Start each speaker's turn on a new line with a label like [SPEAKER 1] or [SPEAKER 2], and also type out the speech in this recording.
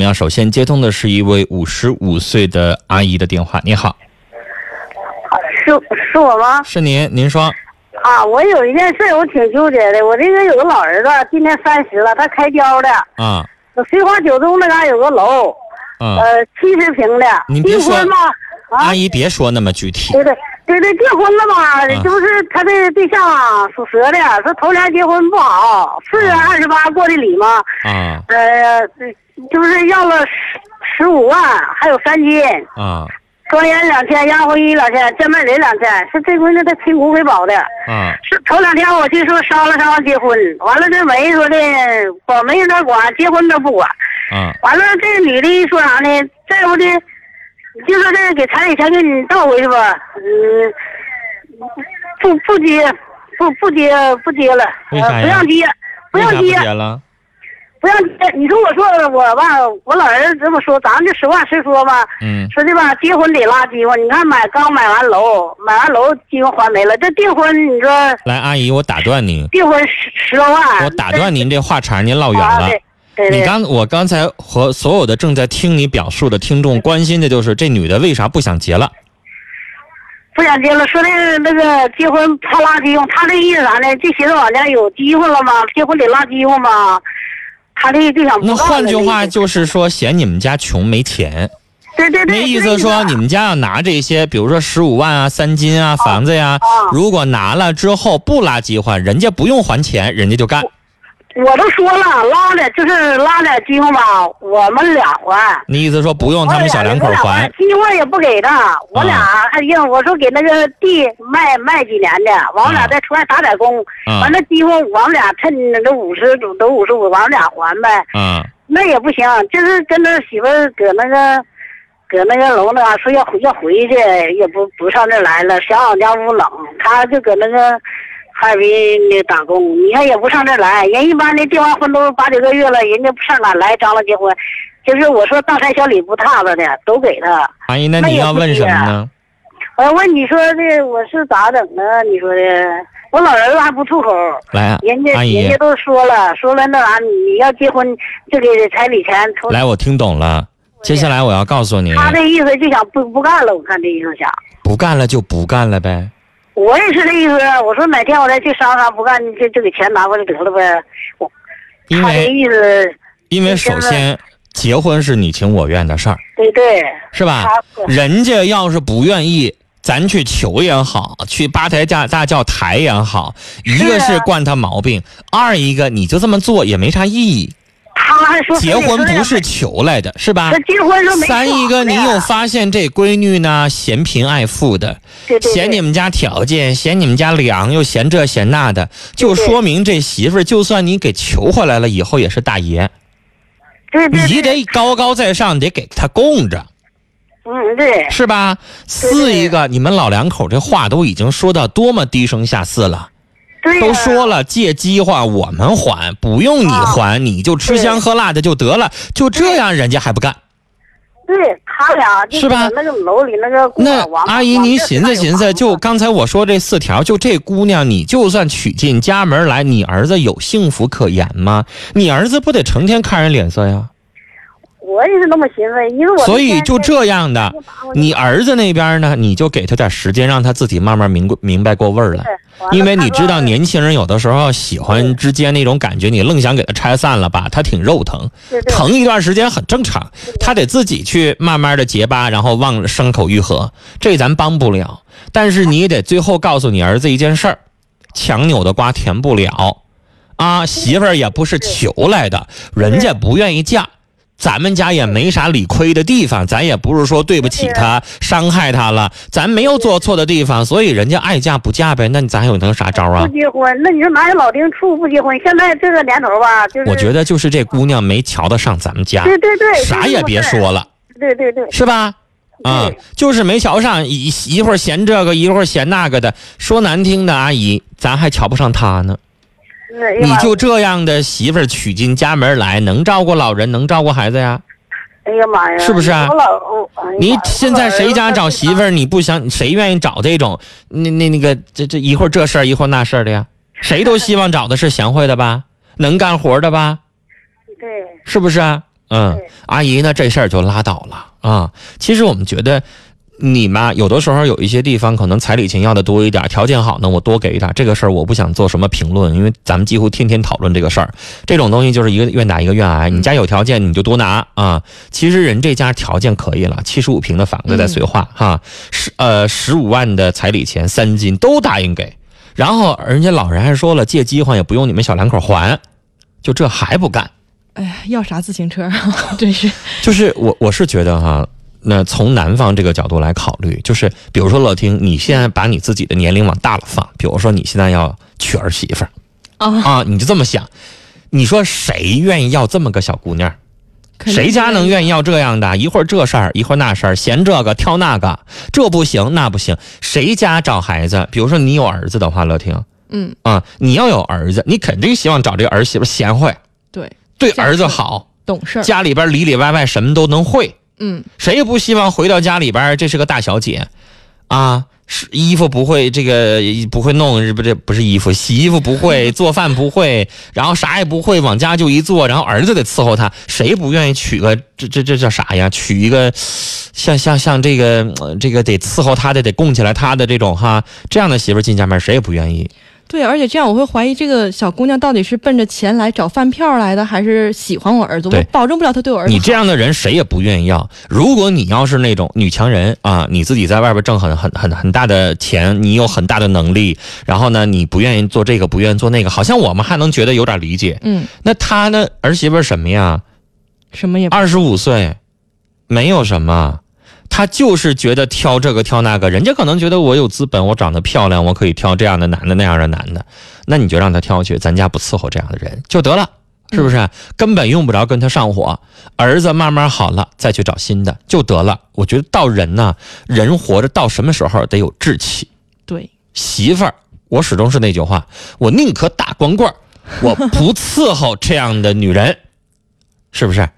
[SPEAKER 1] 我们要首先接通的是一位五十五岁的阿姨的电话。你好，
[SPEAKER 2] 是是我吗？
[SPEAKER 1] 是您，您说，
[SPEAKER 2] 啊，我有一件事儿我挺纠结的。我这个有个老儿子，啊今年三十了，他开标的，
[SPEAKER 1] 啊
[SPEAKER 2] 绥化九中那嘎有个楼，
[SPEAKER 1] 啊，
[SPEAKER 2] 呃，七十平的。
[SPEAKER 1] 您别
[SPEAKER 2] 订
[SPEAKER 1] 说哎
[SPEAKER 2] 婚吧，啊
[SPEAKER 1] 阿，姨别说那么具体
[SPEAKER 2] 对对对对，订婚了
[SPEAKER 1] 啊
[SPEAKER 2] 吧？就是他的对象啊，属蛇的，说头年结婚不好，是二十八过的礼吗？
[SPEAKER 1] 啊
[SPEAKER 2] 呃，就是要了十十五万，还有三金，
[SPEAKER 1] 啊
[SPEAKER 2] 庄严两千，押婚姻两千，见面礼两千，是这闺女她亲骨给保的。
[SPEAKER 1] 啊
[SPEAKER 2] 是头两天我去说商量商量结婚，完了这媒说的管媒人那管，结婚都不管。
[SPEAKER 1] 啊
[SPEAKER 2] 完了这女的说啥呢？再不的，就说这给彩礼钱给你倒回去吧，嗯，不不接，不不接不接了，
[SPEAKER 1] 为啥呀
[SPEAKER 2] 呃不让接，不
[SPEAKER 1] 为
[SPEAKER 2] 啊
[SPEAKER 1] 啥
[SPEAKER 2] 让
[SPEAKER 1] 不
[SPEAKER 2] 接，
[SPEAKER 1] 接了？
[SPEAKER 2] 不让接。你说我说我吧，我老儿子这么说，咱们就实话实说吧。
[SPEAKER 1] 嗯
[SPEAKER 2] 说这吧，结婚得拉饥荒，你看买刚买完楼，买完楼饥荒还没了，这订婚你说。
[SPEAKER 1] 来，阿姨，我打断您，
[SPEAKER 2] 订婚十十多万，
[SPEAKER 1] 我打断您这话茬，您唠
[SPEAKER 2] 这
[SPEAKER 1] 远
[SPEAKER 2] 啊
[SPEAKER 1] 了。
[SPEAKER 2] 对对
[SPEAKER 1] 你
[SPEAKER 2] 对，
[SPEAKER 1] 刚，我刚才和所有的正在听你表述的听众关心的就是这女的为啥不想结了？
[SPEAKER 2] 不想结了，说那个那个结婚怕拉饥荒，他这意思啥呢？就寻思往家有饥荒了吗？结婚得拉饥荒吗？他这就想不
[SPEAKER 1] 那
[SPEAKER 2] 干了
[SPEAKER 1] 换句话
[SPEAKER 2] 这意思
[SPEAKER 1] 就是说，嫌你们家穷没钱。
[SPEAKER 2] 对对对，
[SPEAKER 1] 那意
[SPEAKER 2] 这
[SPEAKER 1] 思说你们家要拿这些，比如说十五万啊、三金啊、房子呀、
[SPEAKER 2] 啊
[SPEAKER 1] 如果拿了之后不拉饥荒，人家不用还钱，人家就干。
[SPEAKER 2] 我都说了，拉点就是拉点饥荒吧，我们俩还。
[SPEAKER 1] 你意思说不用他们小两口
[SPEAKER 2] 我俩
[SPEAKER 1] 还？，啊
[SPEAKER 2] 鸡窝也不给他，我俩还硬，我说给那个地卖卖几年的，完我
[SPEAKER 1] 啊
[SPEAKER 2] 俩再出来打点工，
[SPEAKER 1] 啊
[SPEAKER 2] 完了鸡窝我们俩趁这五十都五十五，完我俩还呗。
[SPEAKER 1] 啊
[SPEAKER 2] 那也不行，就是跟那媳妇儿搁那个，搁那个楼那嘎说要回要回去，也不不上这儿来了，嫌俺家屋冷，他就搁那个哈尔滨那打工，你看也不上这儿来，人一般的结完婚都八九个月了，人家不上哪来张罗结婚，就是我说大山小李不踏实的都给他。
[SPEAKER 1] 阿姨，那
[SPEAKER 2] 那
[SPEAKER 1] 你
[SPEAKER 2] 也
[SPEAKER 1] 要
[SPEAKER 2] 不
[SPEAKER 1] 问什
[SPEAKER 2] 是
[SPEAKER 1] 么呢？
[SPEAKER 2] 我要问你说的我是咋整的？你说的我老儿子还不吐口，
[SPEAKER 1] 来啊
[SPEAKER 2] 人家
[SPEAKER 1] 阿姨
[SPEAKER 2] 人家都说了，说了那啥，你要结婚就给彩礼钱从
[SPEAKER 1] 来，我听懂了。接下来我要告诉你，
[SPEAKER 2] 他这意思就想不不干了，我看这意思想，
[SPEAKER 1] 不干了就不干了呗。
[SPEAKER 2] 我也是这意思。我说哪天我再去商量，不干就就给钱拿回来得了呗。我
[SPEAKER 1] 因
[SPEAKER 2] 他这
[SPEAKER 1] 为
[SPEAKER 2] 意思，
[SPEAKER 1] 因为
[SPEAKER 2] 你
[SPEAKER 1] 首
[SPEAKER 2] 先问
[SPEAKER 1] 先，结婚是你情我愿的事儿，
[SPEAKER 2] 对对，
[SPEAKER 1] 是吧？
[SPEAKER 2] 他不
[SPEAKER 1] 人家要是不愿意，咱去求也好，去八抬大大轿抬也好，一个
[SPEAKER 2] 是
[SPEAKER 1] 是
[SPEAKER 2] 啊
[SPEAKER 1] 惯他毛病，二一个你就这么做也没啥意义。
[SPEAKER 2] 他还说
[SPEAKER 1] 结婚不
[SPEAKER 2] 是
[SPEAKER 1] 是求来的，是吧
[SPEAKER 2] 他？结婚说没
[SPEAKER 1] 三一个，你有发现这闺女呢，嫌贫爱富的，
[SPEAKER 2] 对对
[SPEAKER 1] 嫌你
[SPEAKER 2] 对
[SPEAKER 1] 们家条件，嫌你们家凉，又嫌这嫌那的，就
[SPEAKER 2] 对
[SPEAKER 1] 说明这媳妇儿，就算你给求回来了，以后也是大爷，
[SPEAKER 2] 对对
[SPEAKER 1] 你
[SPEAKER 2] 对，
[SPEAKER 1] 得高高在上，你得给她供着。
[SPEAKER 2] 嗯对
[SPEAKER 1] 是吧？四一个，你们老两口这话都已经说到多么低声下气了，
[SPEAKER 2] 对呀，
[SPEAKER 1] 都说了借饥荒我们还，不用你还，你就吃香喝辣的就得了，就这样人家还不干。
[SPEAKER 2] 对他俩就是
[SPEAKER 1] 吧
[SPEAKER 2] 那个楼里那个姑
[SPEAKER 1] 那
[SPEAKER 2] 娘王
[SPEAKER 1] 阿姨，
[SPEAKER 2] 王
[SPEAKER 1] 您
[SPEAKER 2] 这
[SPEAKER 1] 寻
[SPEAKER 2] 大
[SPEAKER 1] 思
[SPEAKER 2] 有
[SPEAKER 1] 寻思，
[SPEAKER 2] 房
[SPEAKER 1] 就
[SPEAKER 2] 子
[SPEAKER 1] 刚才我说这四条，就这姑娘，你就算娶进家门来，你儿子有幸福可言吗？你儿子不得成天看人脸色呀？
[SPEAKER 2] 我也是那么寻思，因为我
[SPEAKER 1] 所以
[SPEAKER 2] 那天
[SPEAKER 1] 就
[SPEAKER 2] 在
[SPEAKER 1] 这样的，你儿子那边呢，你就给他点时间，让他自己慢慢明过明白过味儿来。
[SPEAKER 2] 完了
[SPEAKER 1] 因为
[SPEAKER 2] 他
[SPEAKER 1] 你知
[SPEAKER 2] 说
[SPEAKER 1] 道，年轻人有的时候喜欢之间那种感觉，你愣想给他拆散了吧，他挺肉疼，
[SPEAKER 2] 对对
[SPEAKER 1] 疼一段时间很正常，他得自己去慢慢的结疤，然后望伤口愈合，这咱帮不了。但是你也得最后告诉你儿子一件事儿：强扭的瓜甜不了，啊，媳妇儿也不是求来的，人家不愿意嫁。咱们家也没啥理亏的地方，咱也不是说对不起
[SPEAKER 2] 嗯
[SPEAKER 1] 他、伤害他了，咱没有做错的地方，所以人家爱嫁不嫁呗，那咱有能啥招啊
[SPEAKER 2] 不？结婚，那你说哪有老丁处不结婚？现在这个年头吧，就是
[SPEAKER 1] 我觉得就是这姑娘没瞧得上咱们家，
[SPEAKER 2] 对对对，
[SPEAKER 1] 啥也别说了，
[SPEAKER 2] 对对对，
[SPEAKER 1] 是吧？啊、
[SPEAKER 2] 对
[SPEAKER 1] 就是没瞧上，一一会儿嫌这个，一会儿嫌那个的。说难听的，阿姨，咱还瞧不上她呢。
[SPEAKER 2] 是
[SPEAKER 1] 你就这样的媳妇儿娶进家门来，能照顾老人，能照顾孩子呀？
[SPEAKER 2] 哎呀妈呀，
[SPEAKER 1] 是不是啊
[SPEAKER 2] 我老我哎呀哎
[SPEAKER 1] 你
[SPEAKER 2] 妈呀
[SPEAKER 1] 现在谁家找媳妇？儿，你不想谁愿意找这种那那那个这这一会儿这事儿一会儿那事儿的呀？谁都希望找的是贤惠的吧，能干活的吧，
[SPEAKER 2] 我老儿子对，
[SPEAKER 1] 是不是啊？嗯
[SPEAKER 2] 对，
[SPEAKER 1] 阿姨呢这事儿就拉倒了啊。其实我们觉得你嘛，有的时候有一些地方可能彩礼钱要的多一点，条件好呢我多给一点。这个事儿我不想做什么评论，因为咱们几乎天天讨论这个事儿。这种东西就是一个愿打一个愿挨，你家有条件你就多拿啊。其实人这家条件可以了，七十五平的房子在绥化哈，十呃十五万的彩礼钱三金都答应给，然后人家老人还说了借饥荒也不用你们小两口还，就这还不干。
[SPEAKER 3] 哎呀，要啥自行车啊？ 真是，
[SPEAKER 1] 就是我我是觉得哈、那从男方这个角度来考虑，就是比如说乐听，你现在把你自己的年龄往大了放，比如说你现在要娶儿媳妇儿
[SPEAKER 3] 啊
[SPEAKER 1] 啊，你就这么想，你说谁愿意要这么个小姑娘？
[SPEAKER 3] 肯定
[SPEAKER 1] 谁家能
[SPEAKER 3] 愿
[SPEAKER 1] 愿意要这样的？一会儿这事儿，一会儿那事儿，嫌这个挑那个，这不行那不行，谁家找孩子？比如说你有儿子的话，乐听
[SPEAKER 3] 嗯，
[SPEAKER 1] 啊，你要有儿子，你肯定希望找这个儿媳妇贤惠，
[SPEAKER 3] 对，
[SPEAKER 1] 对儿子好，
[SPEAKER 3] 懂事儿，
[SPEAKER 1] 家里边里里外外什么都能会。
[SPEAKER 3] 嗯，
[SPEAKER 1] 谁也不希望回到家里边儿，这是个大小姐，啊，是衣服不会，这个不会弄，是不这不是衣服，洗衣服不会，做饭不会，然后啥也不会，往家就一坐，然后儿子得伺候她，谁不愿意娶个这这这叫啥呀？娶一个像像像这个、呃这个得伺候她的，得供起来她的这种哈，这样的媳妇儿进家门儿谁也不愿意。
[SPEAKER 3] 对，而且这样我会怀疑这个小姑娘到底是奔着钱来找饭票来的，还是喜欢我儿子？
[SPEAKER 1] 对
[SPEAKER 3] 我保证不了她对我儿子
[SPEAKER 1] 你这样的人谁也不愿意要。如果你要是那种女强人啊，你自己在外边挣很很很很大的钱，你有很大的能力，然后呢，你不愿意做这个，不愿意做那个，好像我们还能觉得有点理解。
[SPEAKER 3] 嗯，
[SPEAKER 1] 那他呢，儿媳妇儿什么呀？
[SPEAKER 3] 什么也不
[SPEAKER 1] 二十五岁，没有什么。他就是觉得挑这个挑那个，人家可能觉得我有资本，我长得漂亮，我可以挑这样的男的那样的男的，那你就让他挑去，咱家不伺候这样的人就得了，是不是？根本用不着跟他上火，儿子慢慢好了再去找新的就得了。我觉得到人呢，人活着到什么时候得有志气，
[SPEAKER 3] 对，
[SPEAKER 1] 媳妇儿，我始终是那句话，我宁可打光棍儿，我不伺候这样的女人，是不是？